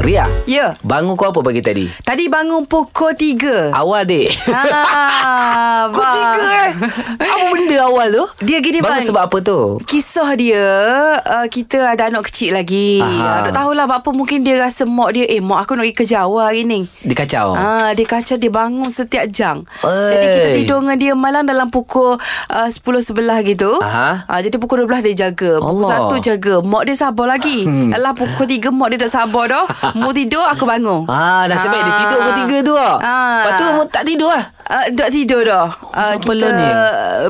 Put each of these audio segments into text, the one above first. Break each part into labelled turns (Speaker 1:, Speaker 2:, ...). Speaker 1: Ria
Speaker 2: Ya.
Speaker 1: Bangun kau apa pagi tadi?
Speaker 2: Tadi bangun pukul 3.
Speaker 1: Awal dek
Speaker 2: Ah,
Speaker 1: Kau tiga eh Apa benda awal tu?
Speaker 2: Dia gini
Speaker 1: Bangun
Speaker 2: bang.
Speaker 1: sebab apa tu?
Speaker 2: Kisah dia uh, Kita ada anak kecil lagi Aha.
Speaker 1: Aha.
Speaker 2: Tak tahulah buat apa Mungkin dia rasa mak dia Eh mak aku nak pergi kerja awal hari ni
Speaker 1: Dia kacau
Speaker 2: Ah, dia kacau dia bangun setiap jam.
Speaker 1: Oi.
Speaker 2: Jadi kita tidur dengan dia malam dalam pukul uh, 10-11 gitu.
Speaker 1: Aha.
Speaker 2: Ah, jadi pukul 12 dia jaga.
Speaker 1: Allah.
Speaker 2: Pukul 1 jaga. Mak dia sabar lagi. Hmm. Alah pukul 3 mak dia dah sabar dah. Mu tidur aku bangun.
Speaker 1: Ah, nasib baik dia tidur pukul tiga tu ah. Lepas tu kamu tak tidur lah.
Speaker 2: Uh, dah tidur dah. Uh,
Speaker 1: Siapa lah
Speaker 2: kita
Speaker 1: ni?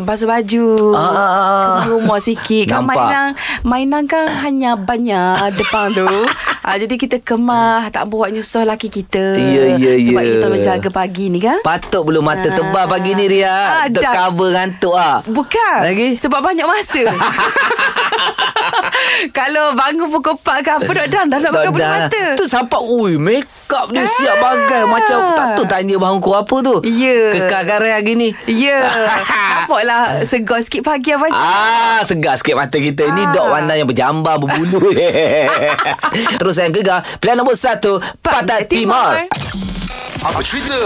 Speaker 2: basuh baju.
Speaker 1: Ah, ah, ah.
Speaker 2: Ke rumah sikit. Kan
Speaker 1: Nampak.
Speaker 2: mainan, mainan kan hanya banyak depan tu. Uh, jadi kita kemah. Tak buat nyusah laki kita.
Speaker 1: Ya, ya,
Speaker 2: Sebab
Speaker 1: ya.
Speaker 2: kita tolong jaga pagi ni kan.
Speaker 1: Patut belum mata
Speaker 2: Ah.
Speaker 1: tebal pagi ni Ria.
Speaker 2: Ah, dah.
Speaker 1: Tercover ngantuk ah.
Speaker 2: Bukan
Speaker 1: Lagi?
Speaker 2: Sebab banyak masa Kalau bangun pukul 4 ke apa Dok dan Dah nak pakai bulu
Speaker 1: dah.
Speaker 2: mata
Speaker 1: lah.
Speaker 2: Ah.
Speaker 1: Tu sampai Ui make up dia siap bagai Macam aku tak tahu tanya bahan kau apa tu
Speaker 2: Ya.
Speaker 1: Kekakaran hari ni
Speaker 2: Ya Nampaklah Segar sikit pagi Abang Cik
Speaker 1: Ah, segar sikit mata kita.
Speaker 2: Ah.
Speaker 1: Ini dok pandai yang berjambar, berbulu. Terus yang gegar, pilihan nombor satu, Pantai Timur.
Speaker 3: Apa cerita?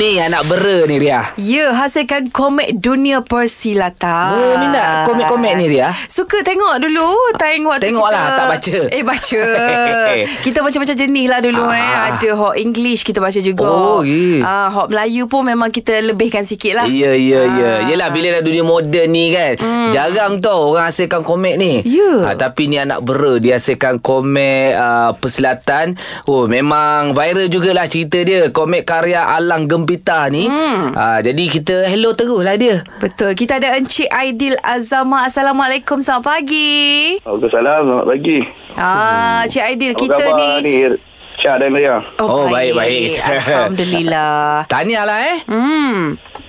Speaker 1: Ni anak bera ni, Ria.
Speaker 2: Ya, hasilkan komik dunia persilatan.
Speaker 1: Oh, minat komik-komik ni, Ria?
Speaker 2: Suka tengok dulu. Tengok waktu
Speaker 1: Tengok
Speaker 2: kita...
Speaker 1: lah, tak baca.
Speaker 2: Eh, baca. kita macam-macam jenis lah dulu
Speaker 1: Ah.
Speaker 2: ah. eh. Ada hot English kita baca juga.
Speaker 1: Oh, ye.
Speaker 2: Ah, hot Melayu pun memang kita lebihkan sikit lah.
Speaker 1: Ya,
Speaker 2: Ah.
Speaker 1: ya, ya.
Speaker 2: Hmm.
Speaker 1: Yelah, bila dah dunia moden ni kan, jarang tau orang hasilkan komik ni.
Speaker 2: Ya.
Speaker 1: Ah, tapi ni anak bera, dia hasilkan komik uh, persilatan. Oh, memang viral jugalah cerita dia. Komik karya Alang Gempita ni.
Speaker 2: Hmm.
Speaker 1: Ah, jadi kita hello terus lah dia.
Speaker 2: Betul. Kita ada Encik Aidil Azama. Assalamualaikum. Selamat pagi.
Speaker 4: Waalaikumsalam, selamat pagi.
Speaker 2: Ah, Encik Aidil,
Speaker 4: Apa
Speaker 2: kita
Speaker 4: khabar
Speaker 2: ni...
Speaker 4: ni Syah dan Ria.
Speaker 1: Hmm. Oh, baik, baik.
Speaker 2: Alhamdulillah.
Speaker 1: Tahniahlah eh.
Speaker 2: Hmm.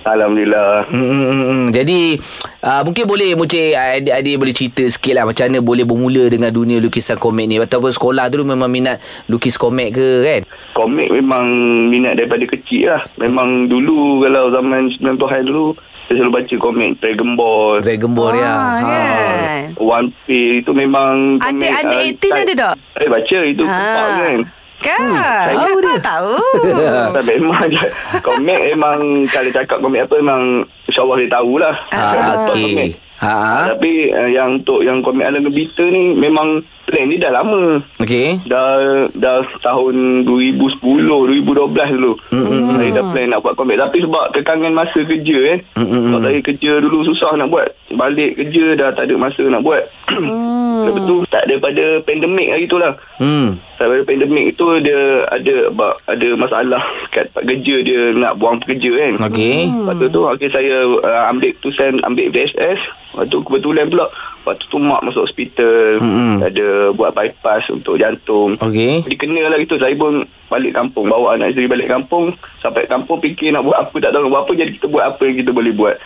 Speaker 4: Alhamdulillah.
Speaker 1: Hmm, hmm, hmm, hmm. Jadi uh, mungkin boleh Mucik adik-adik boleh cerita sikit lah Macam mana boleh bermula dengan dunia lukisan komik ni Ataupun sekolah dulu memang minat lukis komik ke kan
Speaker 4: Komik memang minat daripada kecil lah. Memang dulu kalau zaman 90-an dulu, saya selalu baca komik Dragon Ball,
Speaker 1: Dragon Ball ya
Speaker 2: Ah, kan?
Speaker 4: One Piece. Itu memang
Speaker 2: Ada
Speaker 4: komik,
Speaker 2: ada
Speaker 4: ah,
Speaker 2: 18 ada tak? Ah.
Speaker 4: Saya baca itu ha. kupak kan.
Speaker 2: Kan?
Speaker 1: tak
Speaker 2: tahu
Speaker 1: tahu
Speaker 2: dia.
Speaker 1: dia.
Speaker 2: Tahu. Ah.
Speaker 4: Tapi memang je- komik memang kalau cakap komik apa memang insyaAllah dia tahulah.
Speaker 1: Ah,
Speaker 4: Sebab komik.
Speaker 1: okey. Ha.
Speaker 4: Tapi eh, yang untuk yang komik Alam Gebita ni memang plan ni dah lama.
Speaker 1: Okey.
Speaker 4: dah dah tahun 2010 2012 dulu mm-hmm. saya dah plan nak buat komik tapi sebab kekangan masa kerja eh mm-hmm. sebab saya kerja dulu susah nak buat balik kerja dah tak ada masa nak buat mm. lepas tu tak daripada pandemik hari tu lah
Speaker 1: Hmm.
Speaker 4: daripada pandemik tu dia ada ba- ada masalah kat tempat kerja dia nak buang pekerja kan
Speaker 1: Okey.
Speaker 4: Lepas tu tu okay, saya uh, ambil tulisan ambil VSS. Lepas tu kebetulan pula waktu tu mak masuk hospital
Speaker 1: Mm-mm.
Speaker 4: ada buat bypass untuk jantung.
Speaker 1: Okey.
Speaker 4: Dikena lah gitu Saya pun balik kampung Bawa anak isteri balik kampung Sampai kampung fikir nak buat apa Tak tahu nak buat apa Jadi kita buat apa yang kita boleh buat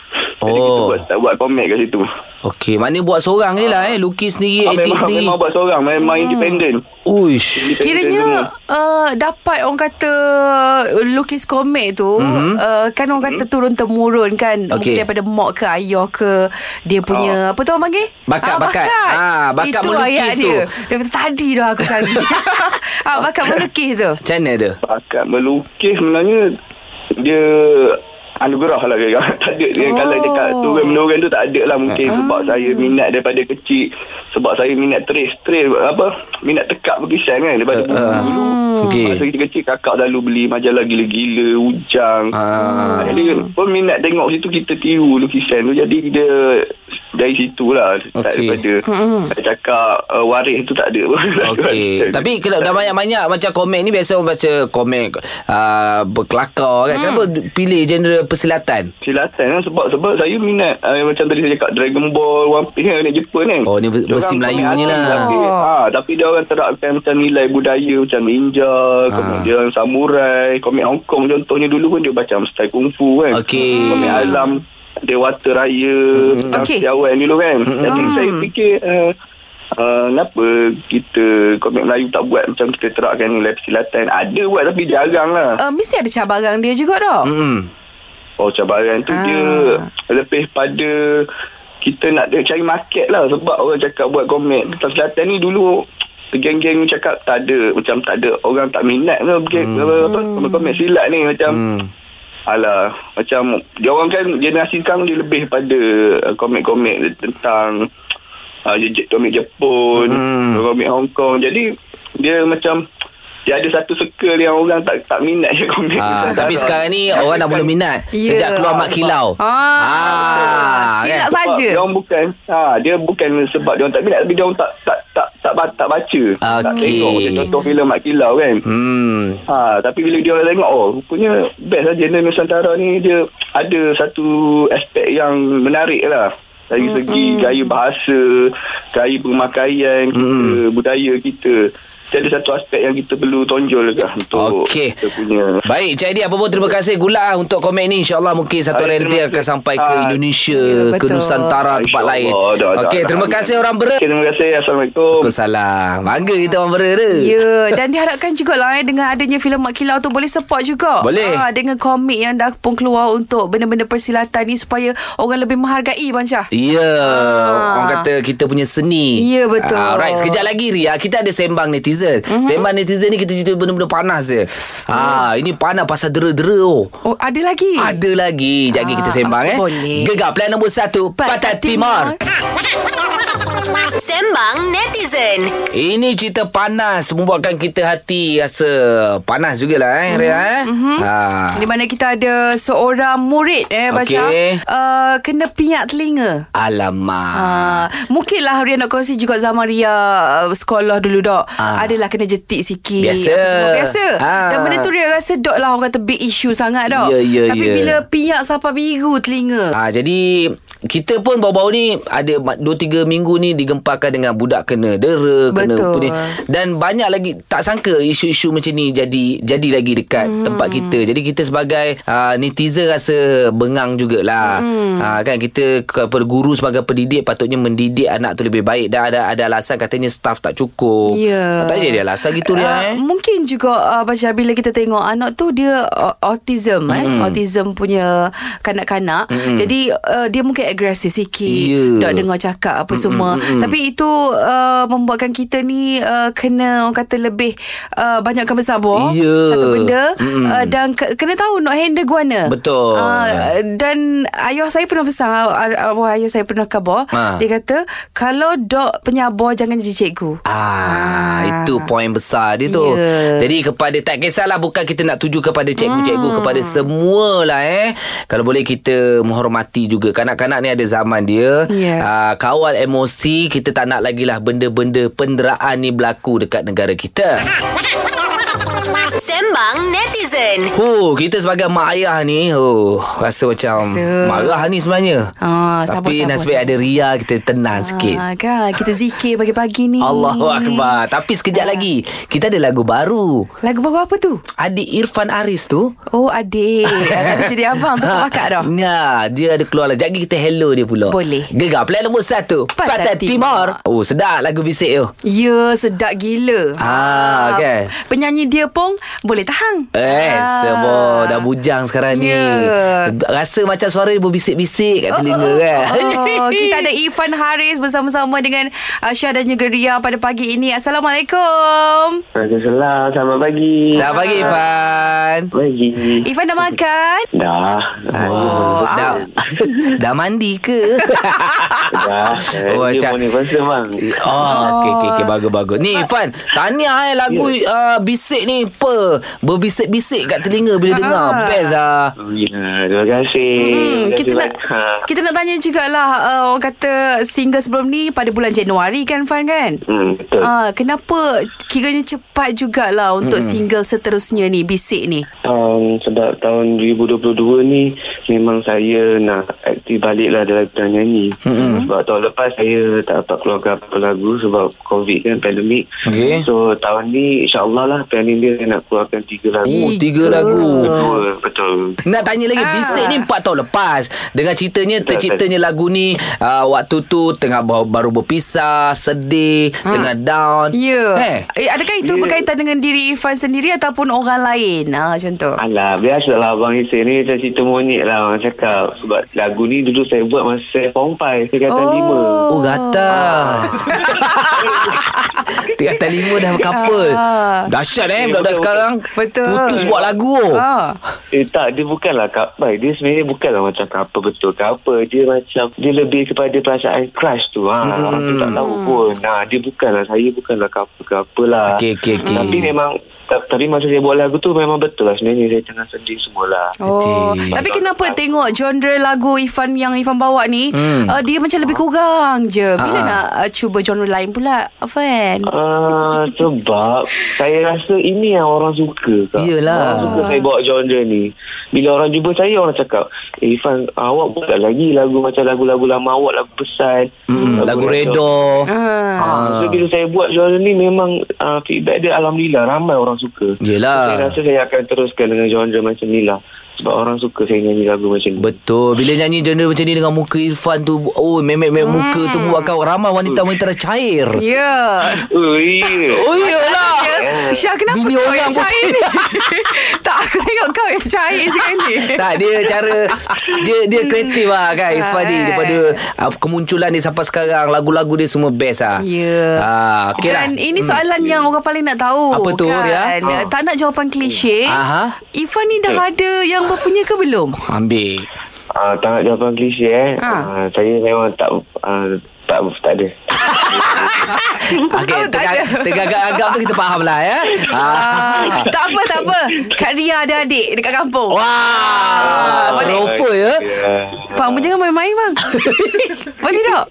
Speaker 4: Jadi kita
Speaker 1: Oh.
Speaker 4: buat, tak buat komik kat situ
Speaker 1: Okey, maknanya buat seorang je lah eh, lukis sendiri,
Speaker 4: Ah,
Speaker 1: edit
Speaker 4: memang,
Speaker 1: sendiri.
Speaker 4: memang buat seorang Memang hmm. independent
Speaker 1: Uish.
Speaker 4: Independent semua.
Speaker 2: Kiranya uh, dapat orang kata uh, lukis komik tu mm-hmm. uh, kan orang kata turun temurun kan mungkin
Speaker 1: Mhm. Okey. Oh.
Speaker 2: daripada mak ke ayah ke dia punya apa tu orang panggil
Speaker 1: Bakat,
Speaker 2: Ah,
Speaker 1: bakat. Ah, bakat
Speaker 2: itu
Speaker 1: melukis
Speaker 2: ayat
Speaker 1: tu.
Speaker 2: dia. daripada tadi dah aku cari ah, bakat melukis tu
Speaker 1: Macam mana tu?
Speaker 4: Bakat melukis sebenarnya Dia anugerah lah kira tak ada dia
Speaker 2: Oh.
Speaker 4: oh. kalau dekat turun-menurun tu tak ada lah mungkin sebab saya minat daripada kecil sebab saya minat trace trace apa minat tekak berkisan kan daripada
Speaker 1: Ah, ah.
Speaker 4: buku dulu
Speaker 1: Okey.
Speaker 4: Masa kita kecil kakak selalu beli majalah gila-gila, hujang.
Speaker 1: Ah.
Speaker 4: Ah. Jadi peminat tengok situ kita tiru lukisan tu. Jadi dia dari situ lah. Okay. Tak
Speaker 1: Okey.
Speaker 4: daripada nak cakap uh, waris tu tak ada pun.
Speaker 1: Okey. Tapi kalau dah banyak-banyak macam komik ni biasa orang baca komik uh, berkelakar
Speaker 2: Hmm.
Speaker 1: kan. Kenapa du- pilih genre persilatan?
Speaker 4: Silatan kan sebab sebab saya minat uh, macam tadi saya cakap Dragon Ball One Piece kan anak Jepun kan.
Speaker 1: Oh, ni versi
Speaker 4: Diorang
Speaker 1: Melayunya
Speaker 4: komik
Speaker 1: lah.
Speaker 4: asing Tapi,
Speaker 2: Oh.
Speaker 4: ha, tapi dia orang terapkan macam nilai budaya macam ninja,
Speaker 1: Ah.
Speaker 4: kemudian samurai, komik Hong Kong contohnya dulu pun dia macam style kung fu kan.
Speaker 1: Okey.
Speaker 4: Komik alam Dewata Raya, mm.
Speaker 2: Okey.
Speaker 4: Siawan dulu kan. Jadi saya fikir uh, Uh, kenapa kita komik Melayu tak buat macam kita terapkan nilai persilatan ada buat tapi jarang lah
Speaker 2: uh, mesti ada cabaran dia juga dah
Speaker 1: Hmm.
Speaker 4: Oh cabaran tu
Speaker 2: Ah.
Speaker 4: dia lebih pada kita nak dia cari market lah sebab orang cakap buat komik Kelantan Selatan ni dulu geng-geng cakap tak ada macam tak ada orang tak minat ke
Speaker 1: Hmm.
Speaker 4: geng apa apa komik silat ni macam Alah Macam Dia orang kan Generasi sekarang Dia lebih pada uh, Komik-komik Tentang uh, je- je- Komik Jepun
Speaker 1: Hmm.
Speaker 4: Komik Hong Kong Jadi Dia macam Dia ada satu circle Yang orang tak tak minat Kan je Komik
Speaker 1: Ah,
Speaker 4: Nusantara.
Speaker 1: tapi sekarang ni orang dah mula minat
Speaker 2: Ya.
Speaker 1: sejak keluar Mak Kilau.
Speaker 2: Ah,
Speaker 1: Ah,
Speaker 2: silap
Speaker 1: kan?
Speaker 4: Sebab
Speaker 2: saja.
Speaker 4: Dia orang bukan ha, Dia bukan sebab Dia orang tak minat Tapi dia orang tak Tak tak tak, tak, tak baca Tak
Speaker 1: Okey.
Speaker 4: tengok Macam Contoh filem Mak Kilau kan
Speaker 1: Hmm.
Speaker 4: Ha, tapi bila dia orang tengok oh rupanya best lah genre Nusantara ni dia ada satu aspek yang menarik lah dari segi gaya bahasa, gaya pemakaian kita, budaya kita. Jadi ada satu aspek yang kita perlu tonjol lah untuk
Speaker 1: Okey.
Speaker 4: kita punya.
Speaker 1: Baik, Cik Aidi apa pun terima kasih gula ah, untuk komen ni. InsyaAllah mungkin satu hari
Speaker 4: Baik,
Speaker 1: nanti
Speaker 4: terima
Speaker 1: akan
Speaker 4: kasih.
Speaker 1: sampai ke
Speaker 4: Ah,
Speaker 1: Indonesia,
Speaker 2: ya,
Speaker 1: ke
Speaker 2: betul.
Speaker 1: Nusantara, tempat lain.
Speaker 4: InsyaAllah, dah, dah,
Speaker 1: Okey,
Speaker 4: dah,
Speaker 1: terima
Speaker 4: dah.
Speaker 1: kasih orang berat.
Speaker 4: Okey, terima kasih. Assalamualaikum.
Speaker 1: Salam. Bangga kita orang berat dia.
Speaker 2: Ya, dan diharapkan jugalah eh, dengan adanya filem Mak Kilau tu boleh support juga.
Speaker 1: Boleh.
Speaker 2: Ah, dengan komik yang dah pun keluar untuk benda-benda persilatan ni supaya orang lebih menghargai Bang Syah.
Speaker 1: Ya,
Speaker 2: Ah.
Speaker 1: orang kata kita punya seni.
Speaker 2: Ya, betul. Mhm.
Speaker 1: Ah, Alright, sekejap lagi Ria, kita ada sembang netizen. Mm-hmm. Sembang netizen ni kita cerita benda-benda panas je. Ah, ini panas pasal dera-dera oh.
Speaker 2: Oh, ada lagi?
Speaker 1: Ada lagi. Sekejap lagi
Speaker 2: Ah,
Speaker 1: kita sembang eh.
Speaker 2: boleh.
Speaker 1: Gegar plan nombor satu, Pantai Timur.
Speaker 5: Sembang netizen.
Speaker 1: Ini cerita panas membuatkan kita hati rasa panas jugalah eh, Ria eh.
Speaker 2: Mhm.
Speaker 1: Mm-hmm. Ah.
Speaker 2: Di mana kita ada seorang murid eh Bang
Speaker 1: Okey.
Speaker 2: Syah uh, kena pingat telinga.
Speaker 1: Alamak.
Speaker 2: Ah, mungkinlah Ria nak kongsi juga zaman Ria uh, sekolah dulu dok.
Speaker 1: Ah.
Speaker 2: Adalah kena jetik sikit.
Speaker 1: Biasa.
Speaker 2: Apa semua biasa.
Speaker 1: Ah.
Speaker 2: Dan benda tu Ria rasa dok lah orang kata big issue sangat dok.
Speaker 1: Ya, ya,
Speaker 2: Tapi
Speaker 1: ya.
Speaker 2: bila piak sapa biru telinga.
Speaker 1: Ah jadi kita pun baru-baru ni ada 2 3 minggu ni digemparkan dengan budak kena dera kena
Speaker 2: Betul.
Speaker 1: punya dan banyak lagi tak sangka isu-isu macam ni jadi jadi lagi dekat hmm. tempat kita. Jadi kita sebagai uh, netizen rasa bengang jugalah. Hmm. Uh, kan kita ke- apa, guru sebagai pendidik patutnya mendidik anak tu lebih baik dan ada ada alasan katanya staff tak cukup.
Speaker 2: Ya.
Speaker 1: Tak jadi alasan gitu
Speaker 2: Ah,
Speaker 1: lah eh.
Speaker 2: Mungkin juga uh, Baca bila kita tengok Anak tu dia uh, Autism eh Autism punya Kanak-kanak Jadi uh, Dia mungkin agresif sikit
Speaker 1: Ya.
Speaker 2: Dok dengar cakap Apa semua Tapi itu uh, Membuatkan kita ni uh, Kena Orang kata lebih uh, Banyakkan bersabar
Speaker 1: Ya.
Speaker 2: Satu benda uh, Dan ke- kena tahu Nak handle guana
Speaker 1: Betul.
Speaker 2: uh, Dan Ayah saya pernah pesan ar- Arwah ayah saya pernah khabar
Speaker 1: Ha.
Speaker 2: Dia kata Kalau dok penyabar Jangan jadi cikgu
Speaker 1: Ah,
Speaker 2: Ah.
Speaker 1: itu poin besar dia tu.
Speaker 2: Ya.
Speaker 1: Jadi kepada tak kisahlah bukan kita nak tuju kepada cikgu-cikgu hmm. kepada semualah eh. Kalau boleh kita menghormati juga kanak-kanak ni ada zaman dia.
Speaker 2: Ya.
Speaker 1: Ah, kawal emosi, kita tak nak lagi lah benda-benda penderaan ni berlaku dekat negara kita.
Speaker 5: Sembang netizen.
Speaker 1: Huh, kita sebagai mak ayah ni, oh, rasa macam
Speaker 2: Rasa-
Speaker 1: marah ni sebenarnya.
Speaker 2: Ah, sabar,
Speaker 1: Tapi
Speaker 2: sabar,
Speaker 1: nasib baik
Speaker 2: sabar.
Speaker 1: ada Ria kita tenang sikit.
Speaker 2: Ah, kan kita zikir pagi-pagi ni.
Speaker 1: Allahu akbar. Tapi sekejap lagi kita ada lagu baru.
Speaker 2: Lagu baru apa tu?
Speaker 1: Adik Irfan Aris tu
Speaker 2: Oh, adik. Tadi jadi abang tu sepakat dah.
Speaker 1: Ya Dia ada keluar lah Jadi kita hello dia pula
Speaker 2: Boleh.
Speaker 1: Gegar Plan nombor satu
Speaker 2: Pantai
Speaker 1: Pantai Timur Oh sedap lagu bisik tu
Speaker 2: Ya, sedap gila.
Speaker 1: Ah, kan?
Speaker 2: Penyanyi dia pun boleh tahan.
Speaker 1: Eh
Speaker 2: Ah.
Speaker 1: semua Dah bujang sekarang ni
Speaker 2: Ya.
Speaker 1: Rasa macam suara dia berbisik-bisik Kat telinga kan
Speaker 2: Oh, kita ada Ifan Haris bersama-sama dengan Aisyah dan juga Ria pada pagi ini. Assalamualaikum.
Speaker 6: Waalaikumsalam. Selamat pagi.
Speaker 1: Selamat pagi Irfan
Speaker 6: Pagi.
Speaker 2: Ifan dah makan?
Speaker 6: Dah.
Speaker 1: Oh,
Speaker 2: ah.
Speaker 1: dah, dah mandi ke?
Speaker 6: Dah.
Speaker 1: Oh,
Speaker 6: Oh,
Speaker 1: macam-
Speaker 6: Dia morning concert bang.
Speaker 1: Oh, okey okey okey bagus bagus. Ni Ifan, tahniah eh lagu
Speaker 2: Ya.
Speaker 1: yeah. uh, bisik ni apa? Berbisik-bisik kat telinga bila dengar. Best ah.
Speaker 6: Alhamdulillah. Terima kasih.
Speaker 2: Hmm,
Speaker 6: Terima
Speaker 2: kita
Speaker 6: kasih
Speaker 2: nak
Speaker 6: banyak. Ha,
Speaker 2: kita nak tanya jugalah uh, orang kata single sebelum ni pada bulan Januari kan Fan kan?
Speaker 6: Hmm, betul.
Speaker 2: Ah, kenapa kiranya cepat jugalah untuk hmm. single seterusnya ni bisik ni.
Speaker 6: Um, sebab tahun 2022 ni memang saya nak aktif balik lah dalam bidang nyanyi. Mm-hmm. Sebab tahun lepas saya tak dapat keluarkan apa lagu sebab COVID kan, pandemik.
Speaker 1: Okey.
Speaker 6: So tahun ni insyaAllah lah planning dia saya nak keluar keluarkan tiga lagu.
Speaker 1: Oh, tiga lagu.
Speaker 6: Betul, betul.
Speaker 1: Nak tanya
Speaker 2: Ah.
Speaker 1: lagi Bisik ni 4 tahun lepas Dengan ceritanya Terciptanya lagu ni uh, Waktu tu Tengah baru, baru berpisah Sedih Tengah down
Speaker 2: Ah. Ya.
Speaker 1: eh,
Speaker 2: Eh, adakah itu
Speaker 6: Ya.
Speaker 2: berkaitan dengan diri Irfan sendiri ataupun orang lain? Ah, macam tu.
Speaker 6: Alah, biasalah Abang Hisen ni macam cerita monyet lah orang cakap. Sebab lagu ni dulu saya buat masa saya pompai, sekatan
Speaker 2: Oh.
Speaker 6: lima.
Speaker 1: Oh gata
Speaker 2: Ah.
Speaker 1: Tiga atas lima dah couple
Speaker 2: Ah.
Speaker 1: Dahsyat eh
Speaker 6: Eh,
Speaker 1: Budak-budak
Speaker 6: betul,
Speaker 1: sekarang
Speaker 2: Betul.
Speaker 1: Putus buat lagu
Speaker 2: Ah.
Speaker 6: Eh tak, dia bukanlah couple. Dia sebenarnya bukanlah macam couple betul couple. Dia macam, dia lebih kepada perasaan crush tu. Ha. Hmm. Orang tu tak tahu pun. Nah, dia bukanlah, saya bukanlah couple-couple lah.
Speaker 1: Okey, okey, okey.
Speaker 6: Tapi memang, ta- tapi masa saya buat lagu tu memang betul lah. Sebenarnya saya tengah sedih semualah.
Speaker 2: Oh,
Speaker 1: Cik.
Speaker 2: tapi kenapa tengok genre lagu Ifan yang Ifan bawa ni, hmm. uh, dia macam lebih kurang je. Bila
Speaker 1: Ah.
Speaker 2: nak uh, cuba genre lain pula, Afan?
Speaker 6: Ah, sebab saya rasa ini yang orang suka kak.
Speaker 1: Iyalah.
Speaker 6: Orang suka saya bawa genre ni. Bila orang jumpa saya orang cakap, "Eh Ifan, awak bukan lagi lagu macam lagu-lagu lama awak lagu pesan."
Speaker 1: Hmm, Lagu Redo
Speaker 2: Ah.
Speaker 6: Ah. So bila saya buat genre ni memang uh, feedback dia alhamdulillah ramai orang suka.
Speaker 1: Yelah.
Speaker 6: So, saya rasa saya akan teruskan dengan genre macam ni lah. Sebab orang suka saya nyanyi lagu macam ni.
Speaker 1: Betul Bila nyanyi genre macam ni Dengan muka Irfan tu Oh memek-memek muka tu Buatkan ramai wanita-wanita tercair
Speaker 2: Hmm. Ya. Yeah.
Speaker 6: Oh, iya.
Speaker 1: Oh iyalah
Speaker 2: Ya. Syah kenapa
Speaker 1: Bini
Speaker 2: kau
Speaker 1: orang
Speaker 2: yang
Speaker 1: pun
Speaker 2: cair ni? tak, aku tengok kau yang cair sekali.
Speaker 1: tak dia cara dia dia kreatif lah kan Irfan
Speaker 2: Ah,
Speaker 1: ni
Speaker 2: eh.
Speaker 1: daripada uh, kemunculan dia sampai sekarang lagu-lagu dia semua best ah.
Speaker 2: Ya.
Speaker 1: Ah okey lah.
Speaker 2: Dan ini soalan hmm. yang orang paling nak tahu
Speaker 1: Apa tu, ya? Ah.
Speaker 2: kan?
Speaker 1: Ria?
Speaker 2: Ah. Tak nak jawapan klise
Speaker 1: Aha.
Speaker 2: Ifan ni
Speaker 1: Eh.
Speaker 2: dah ada yang berpunya ke belum?
Speaker 1: Ambil.
Speaker 6: Ah, tak nak jawapan klise eh.
Speaker 2: Ha.
Speaker 6: Ah, saya memang tak ah, tak tak ada.
Speaker 1: Okey,
Speaker 2: Oh, tak
Speaker 1: tegak,
Speaker 2: ada.
Speaker 1: tegak-agak tu kita faham lah ya. Ah.
Speaker 2: Ah, tak apa, tak apa. Kak Ria ada adik dekat kampung.
Speaker 1: Wah,
Speaker 2: boleh.
Speaker 1: terover ya.
Speaker 6: Ya.
Speaker 2: Bang, abang jangan main-main bang. Boleh tak?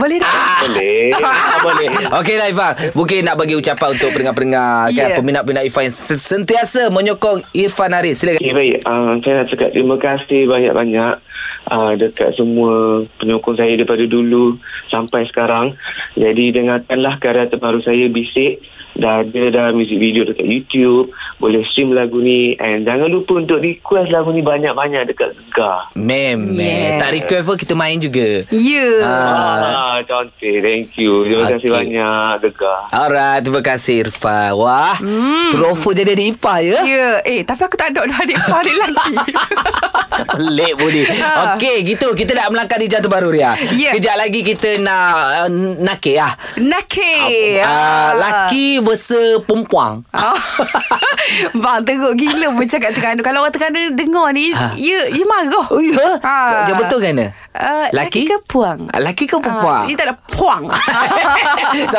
Speaker 2: Boleh tak?
Speaker 6: Boleh.
Speaker 1: Ah, boleh. Okey lah Ifan Mungkin nak bagi ucapan Untuk pendengar-pendengar
Speaker 2: Ya.
Speaker 1: yeah. kan, Peminat-peminat Ifan Yang sent- sentiasa menyokong Irfan Haris Silakan
Speaker 6: Okay, baik. Uh, saya nak cakap terima kasih banyak-banyak uh, dekat semua penyokong saya daripada dulu sampai sekarang. Jadi dengarkanlah karya terbaru saya Bisik. Dah ada dah music video dekat YouTube. Boleh stream lagu ni. And jangan lupa untuk request lagu ni banyak-banyak dekat Gegar.
Speaker 1: Mem yes.
Speaker 2: Yes.
Speaker 1: Tak request pun kita main juga
Speaker 2: Ya.
Speaker 6: Ah, cantik. Thank you. Terima okay. kasih
Speaker 1: Okay.
Speaker 6: banyak Gegar.
Speaker 1: Alright, terima kasih Irfan. Wah, hmm. trofo jadi adik ipar ya.
Speaker 2: Ya. Eh, tapi aku tak ada dah adik ipar dia lagi.
Speaker 1: Pelik boleh.
Speaker 2: Ha.
Speaker 1: Okey, gitu. Kita nak melangkah di jatuh baru Ria.
Speaker 2: Ya.
Speaker 1: Kejap lagi kita nak uh, nakik lah.
Speaker 2: Nakir.
Speaker 1: Uh, laki versus perempuan.
Speaker 2: Ah. Bang teruk gila Macam kat Terengganu Kalau orang Terengganu dengar ni ha. Ya ya marah
Speaker 1: Oh ya?
Speaker 2: Ah.
Speaker 1: Yang betul kan?
Speaker 2: Ah, laki ke puang?
Speaker 1: Ah, Laki
Speaker 2: Ah,
Speaker 1: ke perempuan?
Speaker 2: Dia tak ada puang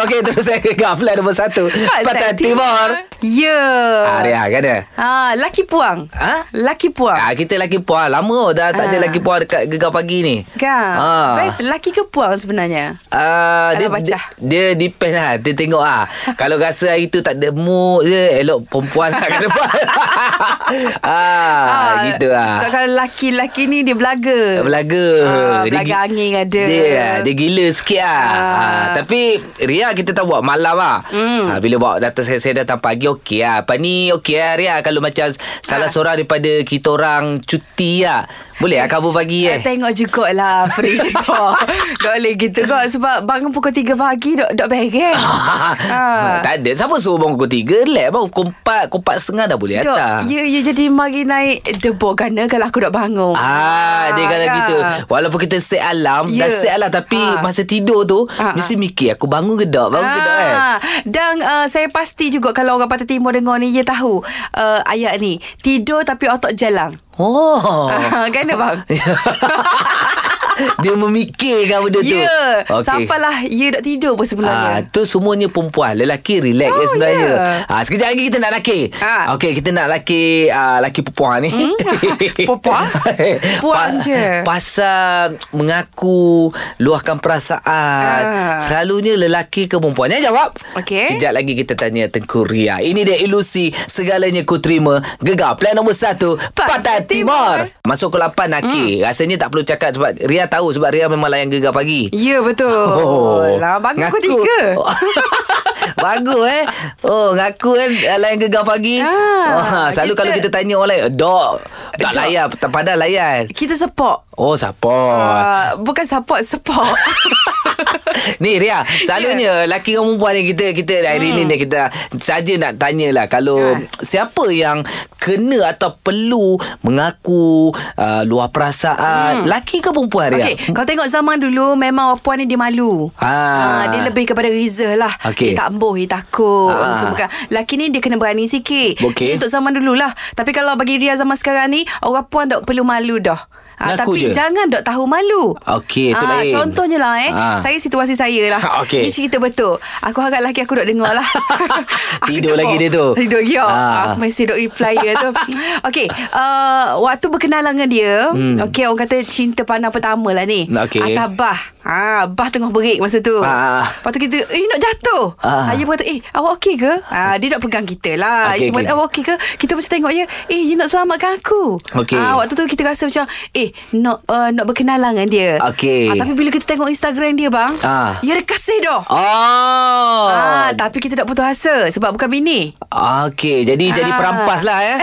Speaker 1: Okey, terus saya ke Gaflan nombor satu. Pantai Timur.
Speaker 2: Ya
Speaker 1: Ah, Ria, kan? dia?
Speaker 2: Ah, Laki puang
Speaker 1: Ha?
Speaker 2: Laki puang
Speaker 1: Ah, kita laki puan Lama oh, dah tak ada
Speaker 2: Ah.
Speaker 1: laki puan Dekat gegar pagi ni
Speaker 2: Kan
Speaker 1: Ah.
Speaker 2: Best laki ke puang sebenarnya
Speaker 1: Uh, dia,
Speaker 2: Kalau baca.
Speaker 1: dia, dia depend lah Dia tengok lah Kalau rasa hari tu tak ada mood dia Elok perempuan lah kena buat ah, ah, Gitu lah
Speaker 2: So kalau laki-laki ni dia belaga
Speaker 1: Belaga
Speaker 2: Ah,
Speaker 1: Dia
Speaker 2: belaga
Speaker 1: gi-
Speaker 2: angin ada.
Speaker 1: Dia, ah, dia gila sikit lah ah.
Speaker 2: Ah.
Speaker 1: Tapi Ria kita tak buat malam lah
Speaker 2: Hmm.
Speaker 1: mm. ah, Bila buat data saya datang pagi Okey lah Lepas ni okey lah Ria Kalau macam Salah
Speaker 2: Ah.
Speaker 1: seorang daripada kita orang Cuti lah Boleh lah cover pagi eh
Speaker 2: Yeah. Ah, Tengok juga lah Free dok Dok boleh gitu kot Sebab bangun pukul 3 pagi Dok, kan? dok bereng
Speaker 1: Ah.
Speaker 2: Ah.
Speaker 1: tak ada Siapa suruh bangun pukul 3 Relax bang Pukul 4 Pukul 4 setengah dah boleh
Speaker 2: Dok
Speaker 1: atas
Speaker 2: Ya ya jadi mari naik Debok gana Kalau aku dok bangun
Speaker 1: Ah, dia kalau
Speaker 2: kan?
Speaker 1: gitu Walaupun kita set alarm yeah. Dah
Speaker 2: Ya.
Speaker 1: set alarm Tapi
Speaker 2: Ah.
Speaker 1: masa tidur tu
Speaker 2: Ah, ah.
Speaker 1: Mesti mikir Aku bangun ke tak Bangun ke tak kan
Speaker 2: Ah, Dan uh, saya pasti juga Kalau orang Pantai Timur dengar ni Dia tahu uh, Ayat ni Tidur tapi otak jalan
Speaker 1: Oh
Speaker 2: oh.
Speaker 1: Ya,
Speaker 2: Kan bang
Speaker 1: Dia memikirkan
Speaker 2: Ya
Speaker 1: benda tu
Speaker 2: yeah. okay.
Speaker 1: Okey.
Speaker 2: Sampailah Ia dok tidur pun
Speaker 1: Ah,
Speaker 2: sebenarnya
Speaker 1: tu semuanya perempuan Lelaki relax oh, je sebenarnya
Speaker 2: ya.
Speaker 1: yeah. ah, Sekejap lagi kita nak laki ah.
Speaker 2: Ah.
Speaker 1: Okey kita nak laki ah, Laki perempuan ni hmm?
Speaker 2: Perempuan? Perempuan je.
Speaker 1: Pasal Mengaku Luahkan perasaan ah.
Speaker 2: Ah.
Speaker 1: Selalunya lelaki ke perempuan Yang jawab
Speaker 2: Okey.
Speaker 1: Sekejap lagi kita tanya Tengku Ria Ini dia ilusi Segalanya ku terima Gegar Plan nombor satu Pantai
Speaker 2: Pantai
Speaker 1: Timur.
Speaker 2: Timur. Hmm.
Speaker 1: Masuk ke 8 Naki Rasanya tak perlu cakap Sebab Ria tahu Sebab Ria memang layan gegar pagi
Speaker 2: Lah, Ya betul oh. Lah bangun aku tiga
Speaker 1: Oh. Bagus eh. Oh, ngaku kan eh, layan gegar pagi.
Speaker 2: Ah,
Speaker 1: Ah, selalu
Speaker 2: kita-
Speaker 1: kita... kalau kita tanya orang lain, "Dok, tak
Speaker 2: Dok."
Speaker 1: layan, tak padan layan."
Speaker 2: Kita support.
Speaker 1: Oh, siapa?
Speaker 2: Uh, bukan support, support.
Speaker 1: Ni Ria Selalunya yeah. Laki dengan perempuan ni Kita kita
Speaker 2: Ah.
Speaker 1: hari ni ni Kita saja nak tanyalah Kalau
Speaker 2: Ha.
Speaker 1: Siapa yang Kena atau perlu Mengaku uh, Luar
Speaker 2: Hmm.
Speaker 1: perasaan Laki ke perempuan Ria?
Speaker 2: Okay, kau tengok zaman dulu memang puan ni dia malu.
Speaker 1: Ah.
Speaker 2: dia lebih kepada reserve lah.
Speaker 1: Okey.
Speaker 2: Dia tak embuh, dia takut.
Speaker 1: Ah.
Speaker 2: Ah. Semua kan. Laki ni dia kena berani sikit.
Speaker 1: Okey.
Speaker 2: Ni untuk zaman dululah. Tapi kalau bagi Ria zaman sekarang ni, orang puan dok perlu malu dah. Ah,
Speaker 1: Ngaku
Speaker 2: tapi
Speaker 1: je.
Speaker 2: jangan dok tahu malu.
Speaker 1: Okey, tu lain.
Speaker 2: Contohnya lah eh.
Speaker 1: Ah.
Speaker 2: Saya situasi saya lah. Ni
Speaker 1: Okey.
Speaker 2: cerita betul. Aku harap laki aku dok dengar lah. Aku
Speaker 1: Tidur
Speaker 2: dok-
Speaker 1: lagi dia tu.
Speaker 2: Tidur giok.
Speaker 1: Ah.
Speaker 2: Aku masih dok reply dia tu. Okey, uh, waktu berkenalan dengan dia, hmm. okey orang kata cinta pandang pertama lah ni.
Speaker 1: Okey.
Speaker 2: Atas bah. Ha, bah tengah break masa tu.
Speaker 1: Ah.
Speaker 2: Lepas tu kita, eh nak jatuh. Ha,
Speaker 1: Ah.
Speaker 2: dia pun kata, eh awak okey ke? Ha, dia nak pegang kita lah.
Speaker 1: Okey,
Speaker 2: Okay, Cuma
Speaker 1: okey.
Speaker 2: awak okey ke? Kita mesti tengok je, eh you nak selamatkan aku.
Speaker 1: Okey.
Speaker 2: Ah, waktu tu kita rasa macam, eh nak uh, nak berkenalan dengan dia.
Speaker 1: Okey.
Speaker 2: Ah, tapi bila kita tengok Instagram dia bang,
Speaker 1: Ah.
Speaker 2: ya dia kasih dah.
Speaker 1: Oh
Speaker 2: Ah, tapi kita tak putus asa sebab bukan bini.
Speaker 1: Okey, jadi jadi
Speaker 2: Ah.
Speaker 1: perampas lah eh.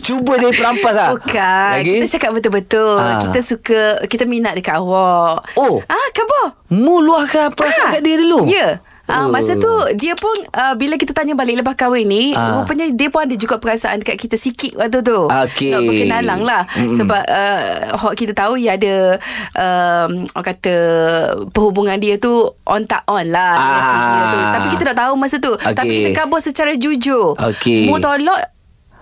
Speaker 1: Cuba jadi perampas lah.
Speaker 2: Bukan.
Speaker 1: Lagi?
Speaker 2: Kita cakap betul-betul.
Speaker 1: Ah.
Speaker 2: Kita suka, kita minat dekat awak.
Speaker 1: Oh.
Speaker 2: Ah, khabar? Ah.
Speaker 1: Mu luahkan perasaan kat dia dulu.
Speaker 2: Ya. Ah,
Speaker 1: Oh.
Speaker 2: masa tu dia pun uh, bila kita tanya balik lepas kahwin ni
Speaker 1: Ah.
Speaker 2: rupanya dia pun ada juga perasaan dekat kita sikit waktu tu.
Speaker 1: Okey.
Speaker 2: Nak berkenalan lah mm sebab uh, hak kita tahu ia ada um, orang kata perhubungan dia tu on tak on lah dengan
Speaker 1: Ah.
Speaker 2: si dia tu. Tapi kita tak tahu masa tu.
Speaker 1: Okey.
Speaker 2: Tapi kita kabur secara jujur.
Speaker 1: Okey.
Speaker 2: Mu tolak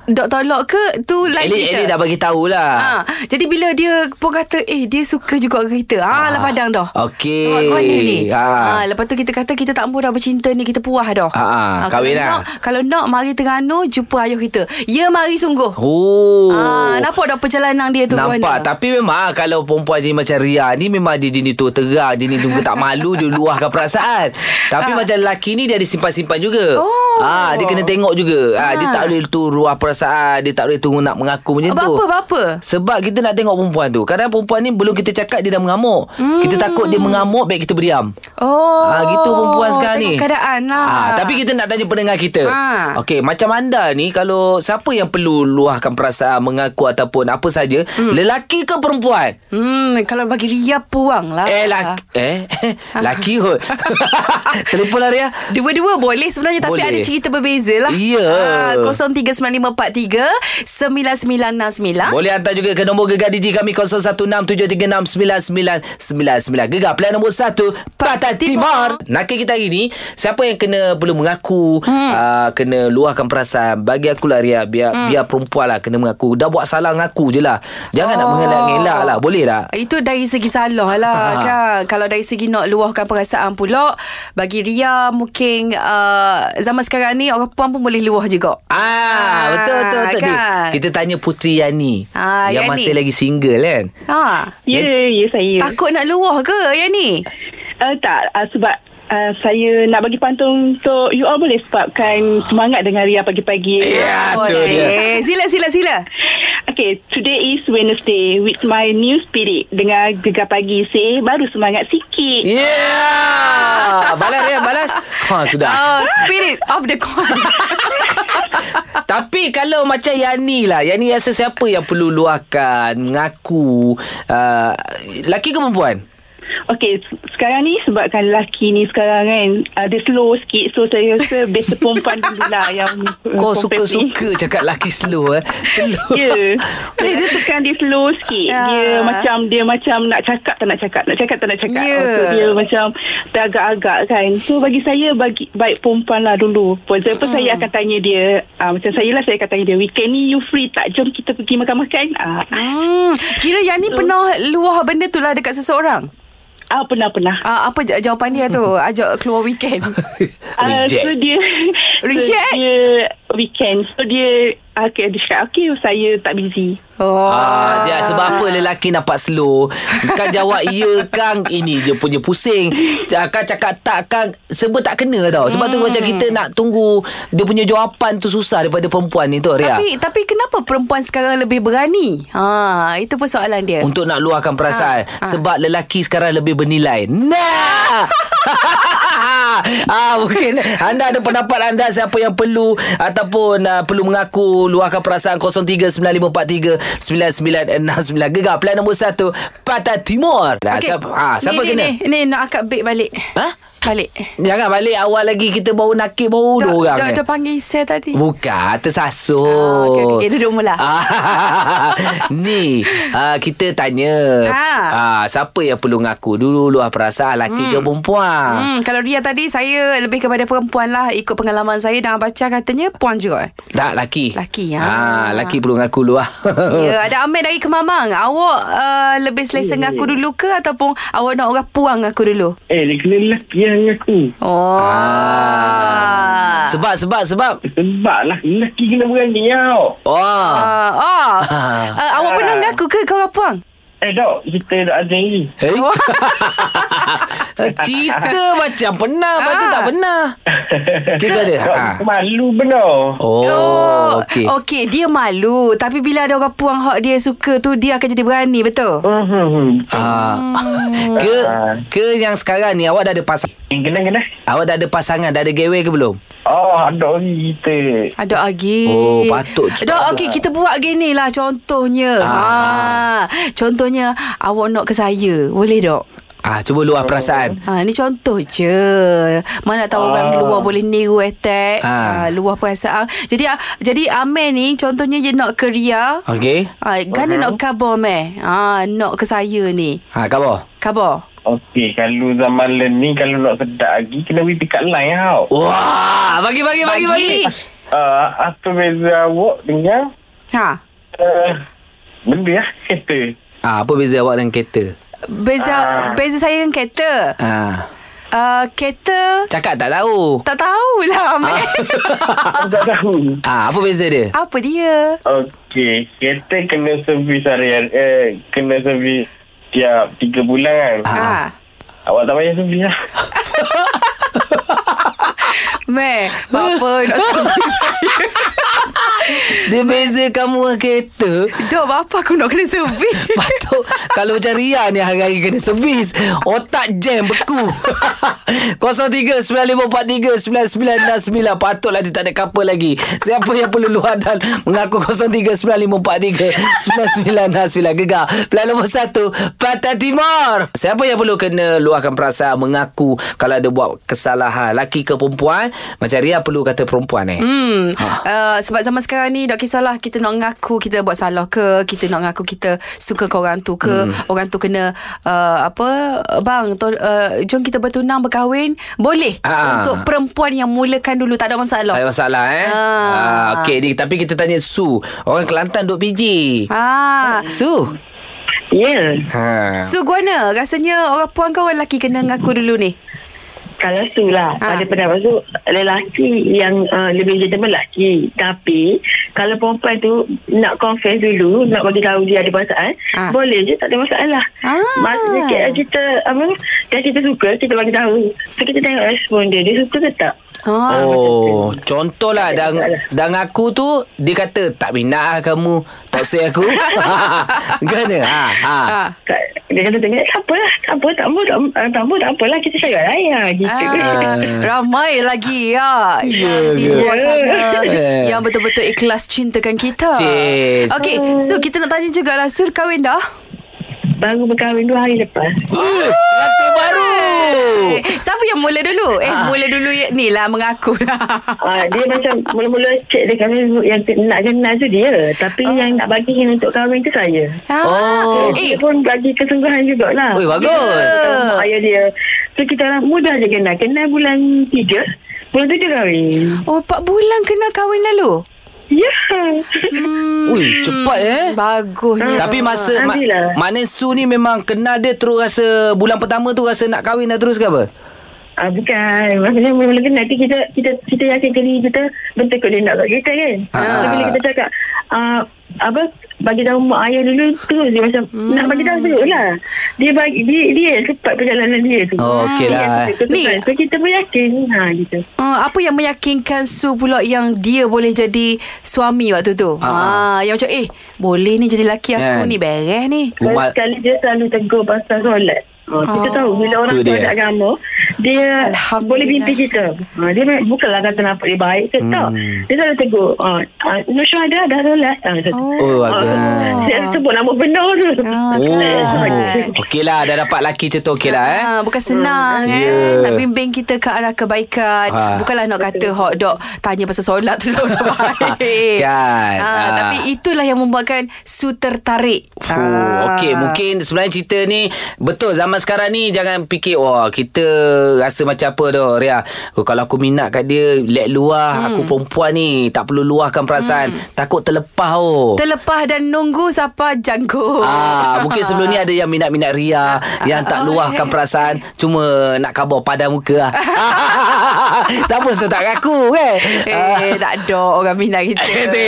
Speaker 2: dok tolak ke tu lain
Speaker 1: Eli, Eli
Speaker 2: cerita.
Speaker 1: dah bagi lah. tahulah.
Speaker 2: Ha. Jadi bila dia pun kata Eh dia suka juga dengan kita Ha ah, lah padang dah
Speaker 1: Okey.
Speaker 2: Awak Kau ni
Speaker 1: Ha.
Speaker 2: ha. ha. Lepas tu kita kata Kita tak mahu dah bercinta ni Kita puas dah Ah,
Speaker 1: Ha, ha, kahwin
Speaker 2: kalau nak,
Speaker 1: lah.
Speaker 2: Kalau nak mari Terengganu Jumpa ayah kita Ya mari sungguh
Speaker 1: Oh.
Speaker 2: ha, Nampak dah perjalanan dia tu kawan
Speaker 1: Nampak
Speaker 2: dia.
Speaker 1: Tapi memang ah, Kalau perempuan jenis macam Ria ni Memang dia jenis tu terang Jenis tu tak malu Dia luahkan perasaan Tapi macam lelaki ni Dia ada simpan-simpan
Speaker 2: Ah.
Speaker 1: juga
Speaker 2: Oh.
Speaker 1: ha, Dia kena tengok juga ha, Dia
Speaker 2: Ha.
Speaker 1: tak boleh tu Ruah perasaan Dia tak boleh tu Nak mengaku macam tu
Speaker 2: Apa apa
Speaker 1: Sebab kita nak tengok perempuan tu Kadang perempuan ni Belum kita cakap Dia dah mengamuk hmm. Kita takut dia mengamuk Baik kita berdiam
Speaker 2: Oh
Speaker 1: Ah gitu perempuan sekarang
Speaker 2: tengok
Speaker 1: ni.
Speaker 2: keadaan lah
Speaker 1: Ah tapi kita nak tanya pendengar kita.
Speaker 2: Ah.
Speaker 1: Okey, macam anda ni kalau siapa yang perlu luahkan perasaan mengaku ataupun apa saja, hmm. lelaki ke perempuan?
Speaker 2: Hmm, kalau bagi Ria puang lah
Speaker 1: Eh laki eh laki kot. Telefon lah Ria.
Speaker 2: Ya, Dua-dua boleh sebenarnya Tapi
Speaker 1: Boleh.
Speaker 2: ada cerita berbeza lah
Speaker 1: Ya.
Speaker 2: ha, 039543 9969
Speaker 1: Boleh hantar juga ke nombor gegar DJ kami 0167369999. Gegar pilihan nombor 1 Pantai Timur. Nakik kita hari ni, siapa yang kena perlu mengaku, hmm. uh, kena luahkan perasaan. Bagi aku lah Ria, biar, hmm. biar perempuan lah kena mengaku. Dah buat salah ngaku je lah. Jangan oh. nak
Speaker 2: Oh.
Speaker 1: mengelak-ngelak lah. Boleh tak?
Speaker 2: Itu dari segi salah lah
Speaker 1: Ha.
Speaker 2: kan. Kalau dari segi nak luahkan perasaan pula Bagi Ria mungkin uh, Zaman sekarang ni Orang perempuan pun boleh luah juga
Speaker 1: Ah, betul betul betul. Kan?
Speaker 2: kan?
Speaker 1: Kita tanya Putri Yani
Speaker 2: Ah,
Speaker 1: yang
Speaker 2: Yani.
Speaker 1: masih lagi single kan.
Speaker 2: ha.
Speaker 7: Ya, ya saya.
Speaker 2: Takut nak luah ke yang ni?
Speaker 7: Uh, tak, uh, sebab uh, saya nak bagi pantun untuk you all boleh sebabkan semangat dengan Ria pagi-pagi.
Speaker 1: Ya, tu dia.
Speaker 2: Boleh. Sila sila sila
Speaker 7: Okay, today is Wednesday with my new spirit. Dengar gegar pagi, say baru semangat
Speaker 1: Ya.
Speaker 7: sikit.
Speaker 1: Yeah. Balas Ria, balas. Ha, sudah.
Speaker 2: uh, Spirit of the coin
Speaker 1: Tapi kalau macam Yani lah Yani rasa siapa yang perlu luahkan Mengaku uh, Laki ke perempuan?
Speaker 7: Okay, se- sekarang ni sebabkan lelaki ni sekarang kan, uh, dia slow sikit. So, saya rasa best perempuan dulu lah yang... uh,
Speaker 1: Kau
Speaker 7: compare ni.
Speaker 1: suka-suka cakap laki slow eh Slow
Speaker 7: Ya yeah. Dia tekan dia slow sikit
Speaker 2: Ya.
Speaker 7: Dia macam Dia macam nak cakap tak nak cakap Nak cakap tak nak cakap
Speaker 2: Ya.
Speaker 7: yeah. so, Dia macam Teragak-agak kan So bagi saya bagi Baik perempuan lah dulu Pun saya pun saya akan tanya dia uh, Macam saya lah saya akan tanya dia Weekend ni you free tak Jom kita pergi makan-makan Ah,
Speaker 2: hmm, Kira yang ni pernah luah benda tu lah Dekat seseorang
Speaker 7: ah Pernah-pernah
Speaker 2: uh, Apa j- jawapan dia tu Ajak keluar weekend
Speaker 7: Ah,
Speaker 1: Reject
Speaker 7: so dia So,
Speaker 2: Richard?
Speaker 7: dia weekend. So, dia okay, dia cakap, okay, saya tak busy.
Speaker 2: Oh.
Speaker 1: Ah, dia sebab apa lelaki nampak slow. Kan jawab ya kang ini je punya pusing. Kan cakap tak kang serba tak kena tau. Sebab
Speaker 7: Hmm.
Speaker 1: tu macam kita nak tunggu dia punya jawapan tu susah daripada perempuan ni tu Ria.
Speaker 2: Tapi tapi kenapa perempuan sekarang lebih berani? Ha, itu pun soalan dia.
Speaker 1: Untuk nak luahkan perasaan ha,
Speaker 2: Ha, ha.
Speaker 1: Sebab lelaki sekarang lebih bernilai Nah ah, Mungkin anda ada pendapat anda Siapa yang perlu Ataupun uh, perlu mengaku Luahkan perasaan 0395439969 Gegar Pilihan nombor 1 Patah Timur nah,
Speaker 2: Okey.
Speaker 1: Siapa, ah, siapa
Speaker 2: ni,
Speaker 1: kena?
Speaker 2: Ni, ni, ni nak akak balik balik.
Speaker 1: Ha?
Speaker 2: Balik.
Speaker 1: Jangan balik awal lagi Kita baru nakir Baru dua
Speaker 2: Dah-
Speaker 1: orang
Speaker 2: dah,
Speaker 1: eh.
Speaker 2: dah panggil Isai tadi.
Speaker 1: Bukan Tersasut
Speaker 2: Ah, okey, okey, okey, duduk mula.
Speaker 1: Ah, Ni ah, Kita tanya
Speaker 2: Ah.
Speaker 1: ah, Siapa yang perlu ngaku Dulu luar perasaan Lelaki ke perempuan
Speaker 2: Hmm, kalau Ria tadi saya lebih kepada perempuan lah ikut pengalaman saya dan baca katanya puan juga. eh.
Speaker 1: Tak lelaki
Speaker 2: Lelaki,
Speaker 1: ah.
Speaker 2: ah.
Speaker 1: Lelaki perlu ngaku luar
Speaker 2: Ya, ada Amir dari Kemamang. Awak uh, lebih selesa ngaku dulu ke ataupun awak nak orang puang ngaku dulu?
Speaker 6: Eh, dia kena lelaki yang aku.
Speaker 2: Oh. Ah.
Speaker 1: Sebab sebab sebab
Speaker 6: Sebab lah lelaki kena berani ya. tau.
Speaker 1: Oh
Speaker 2: Ah, oh.
Speaker 1: Ah.
Speaker 2: Uh, awak pernah ngaku ke kau orang puang?
Speaker 6: Eh dok, kita dok ada ni.
Speaker 1: Eh?
Speaker 2: Oh.
Speaker 1: Cerita macam pernah Lepas tu
Speaker 2: Ah.
Speaker 1: tak pernah Kita ada
Speaker 6: Dok,
Speaker 1: ah.
Speaker 6: malu benar.
Speaker 1: Oh, Okey
Speaker 2: Okey, dia malu. Tapi bila ada orang puang hak dia suka tu, dia akan jadi berani, betul?
Speaker 6: Hmm, hmm, hmm.
Speaker 1: Ah.
Speaker 2: Hmm.
Speaker 1: Ke ke yang sekarang ni awak dah ada pasang
Speaker 6: Kena, kena.
Speaker 1: awak dah ada pasangan dah ada gawe ke belum?
Speaker 6: Oh, ada lagi kita.
Speaker 2: Ada lagi.
Speaker 1: Oh, patut juga. Ah.
Speaker 2: Dok, okey, kita buat gini lah contohnya. Ha. Contohnya, awak nak ke saya. Boleh, Dok?
Speaker 1: Ah cuba luar perasaan.
Speaker 2: Ha, ni contoh je. Mana tahu orang luar boleh niru attack. Ha.
Speaker 1: Ah.
Speaker 2: luar perasaan. Jadi ah, jadi Amir ni contohnya dia nak ke Ria.
Speaker 1: Okey.
Speaker 2: Ha, kan dia nak kabar meh. Ha, nak ke saya ni.
Speaker 1: Ha khabar.
Speaker 2: Kabar.
Speaker 6: Okey, kalau zaman len ni kalau nak sedap lagi kena pergi pick up line tau.
Speaker 1: Wah, bagi bagi bagi bagi.
Speaker 6: Uh, apa beza awak dengan
Speaker 2: Ha.
Speaker 6: uh, benda lah kereta?
Speaker 1: Ah apa beza awak dengan kereta?
Speaker 2: Beza beza saya dengan kereta.
Speaker 1: Ah
Speaker 2: Uh, kereta
Speaker 1: cakap tak tahu.
Speaker 2: tak tahulah Amir.
Speaker 6: Tak tahu.
Speaker 1: Ah apa beza dia?
Speaker 2: Apa dia?
Speaker 6: Okey, kereta kena servis harian eh kena servis tiap 3 bulan
Speaker 2: Ha.
Speaker 6: kan.
Speaker 1: Ah.
Speaker 2: ha.
Speaker 6: Awak tak payah servis lah.
Speaker 2: Meh, apa nak
Speaker 1: Dia beza kamu dengan kereta.
Speaker 2: Dok, apa aku nak kena survey?
Speaker 1: Patut Kalau macam Ria ni Hari-hari kena servis Otak jam beku 03-9543-9969 Patutlah lah dia tak ada couple lagi Siapa yang perlu luar dan Mengaku 03-9543-9969 Gegar Pilihan nombor 1 Pantai Timur Siapa yang perlu kena luahkan perasaan Mengaku Kalau ada buat kesalahan Laki ke perempuan Macam Ria perlu kata perempuan eh hmm.
Speaker 2: Hmm. Uh, sebab zaman sekarang ni tak kisahlah kita nak ngaku kita buat salah ke, kita nak ngaku kita suka ke orang tu ke, hmm. orang tu kena uh, apa bang tol, uh, jom kita bertunang berkahwin, boleh
Speaker 1: Ah.
Speaker 2: untuk perempuan yang mulakan dulu tak ada masalah.
Speaker 1: Tak ada masalah eh
Speaker 2: Ah.
Speaker 1: ah, Okay ni Tapi kita tanya Su Orang Kelantan duk biji Oh.
Speaker 2: Ah.
Speaker 1: Su
Speaker 8: Ya,
Speaker 1: Ha.
Speaker 2: So Guana, rasanya orang puan kau orang lelaki kena ngaku dulu ni.
Speaker 8: kalau tu lah.
Speaker 2: Ha.
Speaker 8: Ha. Pada pendapat tu, lelaki yang uh, lebih gentleman lelaki. Tapi, kalau perempuan tu nak confess dulu, nak bagi tahu dia ada perasaan,
Speaker 2: Ha.
Speaker 8: ha. boleh je, tak ada masalah.
Speaker 2: Ah.
Speaker 8: Ha. Maksudnya kita, kita apa, dan kita suka, kita bagi tahu. So, kita tengok respon dia, dia suka ke tak?
Speaker 2: Ah.
Speaker 1: Oh, contohlah dah dah ngaku tu dia kata tak minat ah kamu, tak say aku. Gana. Ha. ha.
Speaker 2: Ah.
Speaker 8: Tak, dia kata tengok, tak apa lah, tak apa, tak apa, tak, apa, tak apa, tak apalah, kita cakap lain lah, gitu.
Speaker 2: Ah, ramai lagi ya yeah, di luar
Speaker 8: ke?
Speaker 2: sana
Speaker 1: Yeah.
Speaker 2: yang betul-betul ikhlas cintakan kita.
Speaker 1: Eh. Cik.
Speaker 2: Okey, so kita nak tanya jugalah Sur kahwin dah?
Speaker 8: Baru berkahwin dua hari lepas.
Speaker 1: Kata baru. Oh.
Speaker 2: Eh, siapa yang mula dulu?
Speaker 1: Ah.
Speaker 2: Eh, mula dulu ya, ni lah mengaku lah.
Speaker 8: Uh, dia macam mula-mula cek dekat Facebook yang ke- nak kenal tu dia. Tapi oh. yang nak bagi hint untuk kahwin tu saya.
Speaker 1: Oh.
Speaker 2: Eh,
Speaker 8: Eh. Dia pun bagi kesungguhan jugalah.
Speaker 1: Oi, bagus.
Speaker 8: Sama ayah dia. So kita orang mudah je kenal. Kenal bulan 3. Bulan 7 kahwin.
Speaker 2: oh 4 bulan kena kahwin lalu?
Speaker 8: Ya. Yeah.
Speaker 1: Ui, cepat eh.
Speaker 2: "Hmm, Bagusnya.
Speaker 1: Tapi masa ma-
Speaker 8: Alhamdulillah.
Speaker 1: maknanya Su ni memang kenal dia terus rasa bulan pertama tu rasa nak kahwin dah terus ke apa?
Speaker 8: Ah, bukan. Maksudnya mula-mula kan nanti kita kita kita yakin kali kita bentuk dia nak kat kita kan.
Speaker 1: Ah.
Speaker 8: So, bila kita cakap ah, apa bagi tahu mak ayah dulu terus dia macam hmm. nak bagi tahu terus lah. Dia bagi dia dia cepat perjalanan dia tu.
Speaker 1: Oh, okey lah.
Speaker 8: Dia cepat,
Speaker 2: Ni-
Speaker 8: cepat. So kita pun yakin ha gitu.
Speaker 2: Uh, apa yang meyakinkan Su pula yang dia boleh jadi suami waktu tu?
Speaker 1: Ah.
Speaker 2: Ha, yang macam eh boleh ni jadi lelaki aku
Speaker 1: Kan.
Speaker 2: ni beres ni.
Speaker 8: First
Speaker 1: Umat
Speaker 8: sekali dia selalu tegur pasal solat. Oh, kita tahu bila
Speaker 1: Tu
Speaker 8: orang
Speaker 1: dia.
Speaker 8: solat agama dia
Speaker 2: Alhamdulillah.
Speaker 8: boleh pimpin kita. Ha, dia me- bukanlah kata nampak dia baik ke hmm. tak. Dia selalu tegur. Ha, ha, Nur Syuhada dah solat. Ha,
Speaker 1: Oh, bagus.
Speaker 8: Saya sebut nama benar tu.
Speaker 2: Ah,
Speaker 1: Oh.
Speaker 2: kan.
Speaker 1: Okey lah dah dapat laki macam tu okey lah eh.
Speaker 2: Ha, bukan senang
Speaker 1: Hmm.
Speaker 2: eh.
Speaker 1: Ya.
Speaker 2: Nak bimbing kita ke arah kebaikan.
Speaker 1: Ah.
Speaker 2: Bukanlah nak kata hot dog tanya pasal solat tu dah baik.
Speaker 1: Kan.
Speaker 2: Ha,
Speaker 1: Ah.
Speaker 2: Tapi itulah yang membuatkan Su tertarik.
Speaker 1: Fuh, okey
Speaker 2: Ah.
Speaker 1: mungkin sebenarnya cerita ni betul zaman sekarang ni jangan fikir wah kita rasa macam apa tu Ria. Oh, kalau aku minat kat dia let luah hmm. aku perempuan ni tak perlu luahkan perasaan hmm. takut terlepas oh.
Speaker 2: Terlepas dan nunggu siapa janggut.
Speaker 1: Ah, mungkin sebelum ni ada yang minat-minat Ria yang tak
Speaker 2: Oh,
Speaker 1: luahkan
Speaker 2: eh.
Speaker 1: perasaan cuma nak kabar pada muka ah. Siapa serta aku kan?
Speaker 2: Eh, tak ada orang minat kita.
Speaker 1: Eh,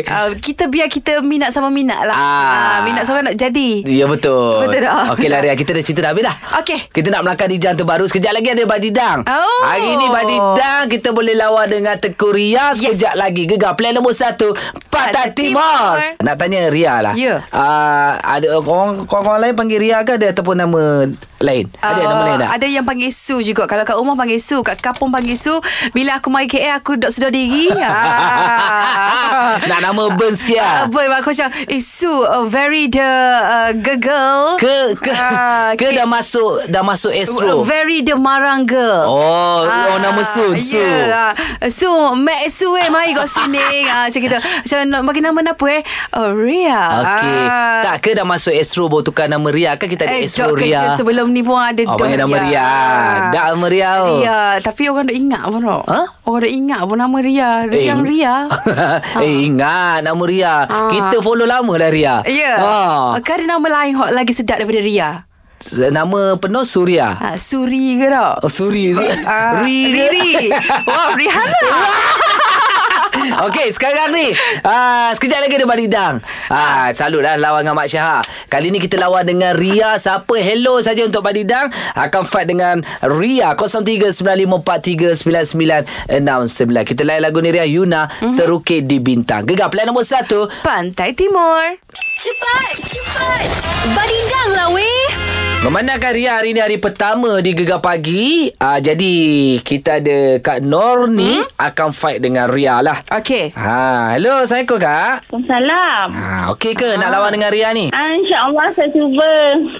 Speaker 2: Uh, kita biar kita minat sama minat lah.
Speaker 1: Ah.
Speaker 2: Ah. minat seorang nak jadi.
Speaker 1: Ya betul
Speaker 2: Betul tak?
Speaker 1: Okey lah Ria Kita dah cerita dah habis dah
Speaker 2: Okey.
Speaker 1: Kita nak melangkah di jalan terbaru Sekejap lagi ada Badidang
Speaker 2: Oh.
Speaker 1: Hari ni Badidang Kita boleh lawan dengan Teguh Ria Sekejap lagi Gegar plan nombor satu Pantai
Speaker 2: Pantai
Speaker 1: Timur.
Speaker 2: Timur.
Speaker 1: Nak tanya Ria lah
Speaker 2: Ya.
Speaker 1: uh, Ada orang, orang lain panggil Ria ke Ada ataupun nama lain Ada
Speaker 2: Ah,
Speaker 1: nama lain tak?
Speaker 2: Ada yang panggil Su juga. Kalau kat rumah panggil Su, kat kampung panggil Su. Bila aku mari KL aku duduk sedar diri. ah.
Speaker 1: Nak nama burn sikit lah.
Speaker 2: Ah, Boy, aku macam Eh Su uh, Very the uh, Gegel
Speaker 1: Ke ke,
Speaker 2: Ah,
Speaker 1: ke
Speaker 2: ke-
Speaker 1: dah masuk dah masuk
Speaker 2: Uh,
Speaker 1: Astro.
Speaker 2: Very the marang girl
Speaker 1: Oh, oh, nama
Speaker 2: Ya
Speaker 1: Sun, Su.
Speaker 2: yeah. Su Mak Su eh Mari kat sini ah, Macam kita Macam nak bagi nama apa eh Oh Ria Ah.
Speaker 1: Okey. Tak ke dah masuk Astro baru tukar nama Ria kan kita ada
Speaker 2: Eh,
Speaker 1: Astro
Speaker 2: dok kerja
Speaker 1: Ria.
Speaker 2: sebelum ni pun ada
Speaker 1: Oh,
Speaker 2: dok
Speaker 1: panggil nama Ria. Dak nama Ria tu.
Speaker 2: Ria. Tapi orang dok ingat pun tak?
Speaker 1: Ha?
Speaker 2: Orang dok ingat pun nama Ria. Eh. Yang Ria.
Speaker 1: eh ingat nama Ria.
Speaker 2: Ah.
Speaker 1: Kita follow lama lah Ria.
Speaker 2: Ya. Yeah.
Speaker 1: Ah.
Speaker 2: Kan ada nama lain hot lagi sedap daripada Ria.
Speaker 1: Nama penuh Suria.
Speaker 2: Ha, Suri ke tak?
Speaker 1: Oh, Suri.
Speaker 2: Ah,
Speaker 1: Ri. ke?
Speaker 2: Riri. Wah, Rihanna.
Speaker 1: Okey, sekarang ni ah, Sekejap lagi ada Baridang ah, Salut lah lawan dengan Mak Syahar Kali ni kita lawan dengan Ria Siapa hello saja untuk Baridang Akan fight dengan Ria 0395439969 Kita layan lagu ni Ria Yuna mm-hmm. Terukit di Bintang Gegar plan nombor 1
Speaker 2: Pantai Timur.
Speaker 5: Cepat, cepat. Badidang lah weh.
Speaker 1: Memandangkan Ria hari ni hari pertama di Gegar Pagi ah, Jadi kita ada Kak Nor ni mm-hmm. Akan fight dengan Ria lah
Speaker 2: Okey.
Speaker 1: Ha, hello, Assalamualaikum Kak
Speaker 7: Salam.
Speaker 1: Ha, okey ke nak lawan dengan Ria ni?
Speaker 7: Ah, InsyaAllah saya cuba.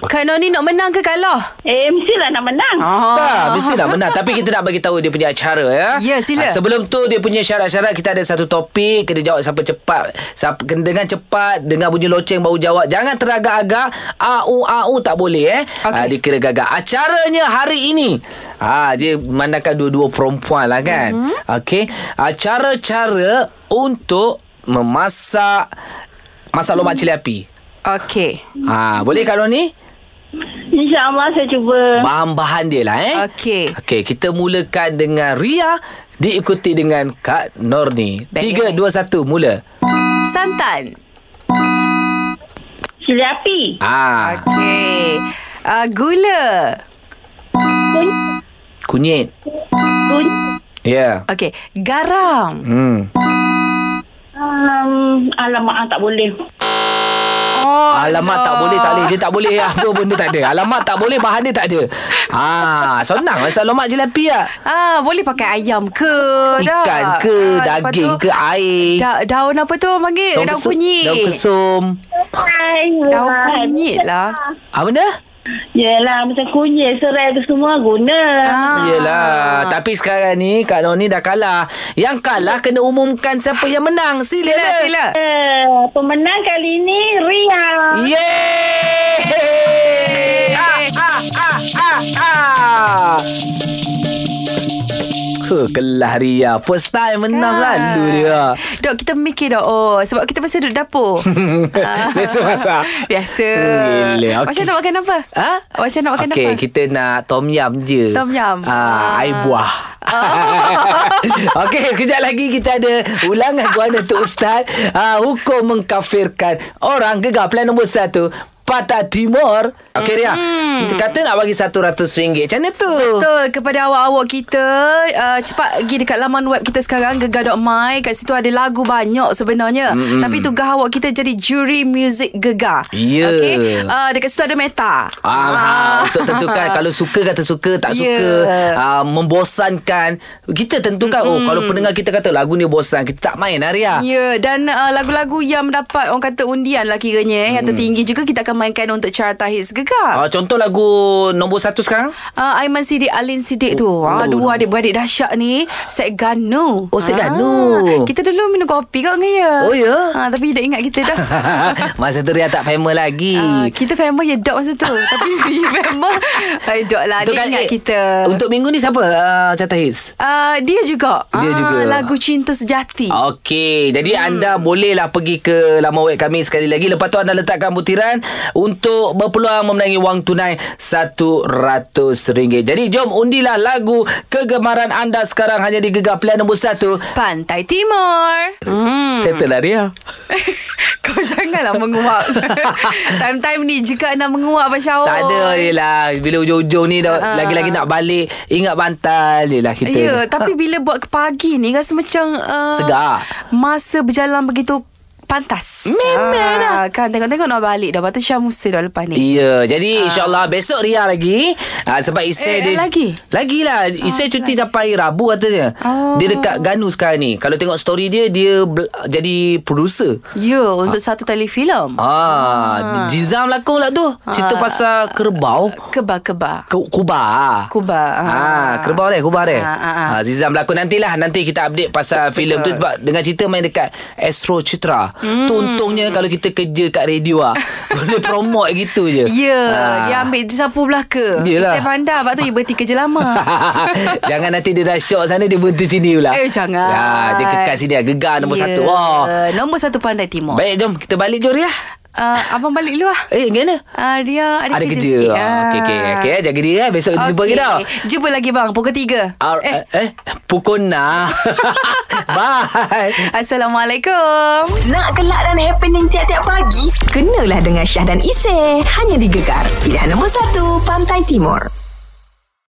Speaker 2: Kak Noni nak menang ke kalah?
Speaker 7: Eh, mestilah nak menang.
Speaker 2: Oh.
Speaker 1: Tak, mesti nak benar. Tapi kita nak bagi tahu dia punya acara ya.
Speaker 2: Ya, sila.
Speaker 1: Ah, Sebelum tu dia punya syarat-syarat kita ada satu topik, kena jawab siapa cepat. Siapa kena dengan cepat, dengan bunyi loceng baru jawab. Jangan teragak-agak. Au au tak boleh eh.
Speaker 2: Okey.
Speaker 1: Ah, dikira gagak. Acaranya hari ini. Ah, dia mandakan dua-dua perempuan lah kan. Mm-hmm. Okey. Acara-cara untuk memasak masak lomak cili api.
Speaker 2: Okey.
Speaker 1: Ah, boleh kalau ni?
Speaker 7: InsyaAllah saya cuba.
Speaker 1: Bahan-bahan dia lah eh
Speaker 2: Okey.
Speaker 1: Okey kita mulakan dengan Ria Diikuti dengan Kak Norni
Speaker 2: Baik.
Speaker 1: 3, 2, 1 mula
Speaker 2: Santan.
Speaker 7: Cili api.
Speaker 1: Ah,
Speaker 2: Okey. Uh, gula.
Speaker 1: Kunyit
Speaker 7: Kunyit.
Speaker 1: Ya
Speaker 2: Okey. Garam.
Speaker 1: yeah. hmm.
Speaker 7: Um, alamak, ah, tak boleh.
Speaker 2: Oh,
Speaker 1: Alamak tak boleh tak boleh Dia tak boleh Apa pun dia tak ada Alamak tak boleh Bahan dia tak ada ah, Senang Masak lomak jelapi lah
Speaker 2: Ah, boleh pakai ayam ke? tak?
Speaker 1: Ikan
Speaker 2: Ah,
Speaker 1: ke
Speaker 2: lepas
Speaker 1: Daging
Speaker 2: tu,
Speaker 1: ke Air
Speaker 2: Da, daun apa tu panggil? Daun,
Speaker 1: kesum-
Speaker 2: kunyit.
Speaker 1: Daun kesum
Speaker 7: Hai.
Speaker 2: Daun kunyit lah.
Speaker 1: Apa benda?
Speaker 7: Yelah, macam kunyit, serai tu semua guna.
Speaker 2: Ah.
Speaker 1: Yelah Tapi sekarang ni Kak Noni dah kalah Yang kalah kena umumkan Siapa yang menang Sila
Speaker 2: Sila, sila.
Speaker 7: Eh, pemenang kali ni Ria.
Speaker 1: Yeay! Ah, ah, ah, ah, ah. Huh, kelah Ria. First time menang
Speaker 2: Kan?
Speaker 1: selalu dia.
Speaker 2: Ah. Dok, kita mikir dok. Oh, sebab kita mesti duduk dapur. Ah.
Speaker 1: Biasa masak?
Speaker 2: Biasa.
Speaker 1: Hmm, gila, okey.
Speaker 2: Macam nak makan apa?
Speaker 1: Ha?
Speaker 2: Macam nak makan
Speaker 1: okay,
Speaker 2: apa?
Speaker 1: kita nak tom yam je.
Speaker 2: Tom yum. Ah.
Speaker 1: Ah, air buah. Okey, sekejap lagi kita ada ulangan guana tu Ustaz. Ah, hukum mengkafirkan orang gegar plan nombor satu. Patah Timur. Okey, Ria. Kita kata nak bagi RM100. Macam mana tu?
Speaker 2: Hmm. Betul kepada awak-awak kita uh, cepat pergi dekat laman web kita sekarang gegar.my kat situ ada lagu banyak sebenarnya mm-hmm. tapi tugas awak kita jadi juri muzik gegar.
Speaker 1: Ya.
Speaker 2: Okey. Uh, dekat situ ada meta.
Speaker 1: Ah, ah. Untuk tentukan Kalau suka kata suka Tak
Speaker 2: Ya.
Speaker 1: yeah. suka ah, Membosankan Kita tentukan Oh kalau pendengar kita kata Lagu ni bosan Kita tak main Arya
Speaker 2: Ya dan uh, lagu-lagu yang mendapat orang kata undian lah kiranya eh, yang tertinggi juga kita akan mainkan untuk carta hits gegar.
Speaker 1: ah, Contoh lagu Nombor satu sekarang
Speaker 2: Uh, Aiman Sidik, Alin Sidik tu. Ah, dua adik-beradik dahsyat ni. Set Ganu. Ah.
Speaker 1: Oh, Syed Ganu.
Speaker 2: Kita dulu minum kopi kot dengan ya.
Speaker 1: Oh, ya?
Speaker 2: Ah, tapi dia ingat kita dah.
Speaker 1: Masa tu Ria tak famous lagi
Speaker 2: Uh, kita famous ya dog masa tu Tapi we famous Eh dog lah
Speaker 1: Untuk
Speaker 2: Dia
Speaker 1: kali-
Speaker 2: ingat kita
Speaker 1: Untuk minggu ni siapa uh, Carta Hits
Speaker 2: uh, Dia juga
Speaker 1: Dia
Speaker 2: Ah,
Speaker 1: juga. Oh.
Speaker 2: Lagu Cinta Sejati
Speaker 1: Okey, jadi hmm. anda bolehlah pergi ke laman web kami sekali lagi. Lepas tu anda letakkan butiran untuk berpeluang memenangi wang tunai RM100. Jadi jom undilah lagu kegemaran anda sekarang hanya di Gegar Plan nombor 1.
Speaker 2: Pantai Timur hmm.
Speaker 1: Settle lah dia.
Speaker 2: Kau janganlah menguap Time-time ni juga nak menguap Abang Syawal
Speaker 1: Tak ada je lah. Bila hujung-hujung ni dah lagi-lagi nak balik ingat bantal je lah kita.
Speaker 2: Ah. Ya, yeah, tapi bila buat ke pagi ni rasa macam uh,
Speaker 1: Segar.
Speaker 2: Masa berjalan begitu pantas.
Speaker 1: Memang lah.
Speaker 2: ah, Kan tengok-tengok nak balik dah. Lepas tu Syah Musa dah lepas ni.
Speaker 1: Ya, jadi insyaAllah besok Ria lagi. Ah, sebab
Speaker 2: ah. Eh,
Speaker 1: Isai dia...
Speaker 2: eh, lagi? Ah,
Speaker 1: Lagilah. Isai cuti sampai Rabu katanya.
Speaker 2: Oh.
Speaker 1: Dia dekat Ganu sekarang ni. Kalau tengok story dia, dia bel- jadi producer.
Speaker 2: Ya, yeah, untuk satu telefilm.
Speaker 1: Ah, Jizam lakon lah tu.
Speaker 2: Ah.
Speaker 1: Cerita pasal kerbau.
Speaker 2: Keba-keba.
Speaker 1: Ke- Kuba.
Speaker 2: Kuba.
Speaker 1: Ah, kerbau dia, kuba dia.
Speaker 2: Ah, ah, ah.
Speaker 1: Ah, Zizam berlakon nantilah. Nanti kita update pasal filem tu sebab dengan cerita main dekat Astro Citra.
Speaker 2: Hmm.
Speaker 1: Tu untungnya kalau kita kerja kat radio ah. boleh promote gitu
Speaker 2: Ya,
Speaker 1: je.
Speaker 2: yeah,
Speaker 1: Ah.
Speaker 2: dia ambil dia sapu belaka.
Speaker 1: Yelah.
Speaker 2: Isai pandai, lepas tu dia berhenti kerja lama.
Speaker 1: Jangan nanti dia dah syok sana Dia berhenti sini pula
Speaker 2: eh, jangan. Ya.
Speaker 1: ya, Dia kekal sini lah Gegar nombor yeah. satu Wah.
Speaker 2: Nombor satu Pantai Timur.
Speaker 1: Baik jom Kita balik jom Ria
Speaker 2: Uh, abang balik dulu lah.
Speaker 1: Eh gimana?
Speaker 2: Uh, Ria ada,
Speaker 1: Ada
Speaker 2: kerja,
Speaker 1: kerja,
Speaker 2: sikit.
Speaker 1: Ah, Okey okey okey eh. Jaga diri eh Besok kita jumpa
Speaker 2: Okey.
Speaker 1: kita
Speaker 2: Jumpa lagi bang, pukul 3.
Speaker 1: Ar,
Speaker 2: eh,
Speaker 1: eh. eh Pukul nak Ah, Bye
Speaker 2: Assalamualaikum.
Speaker 5: Nak gelak dan happening tiap-tiap pagi? Kenalah dengan Syah dan Isy. Hanya di Gegar. Pilihan nombor 1, Pantai Timur.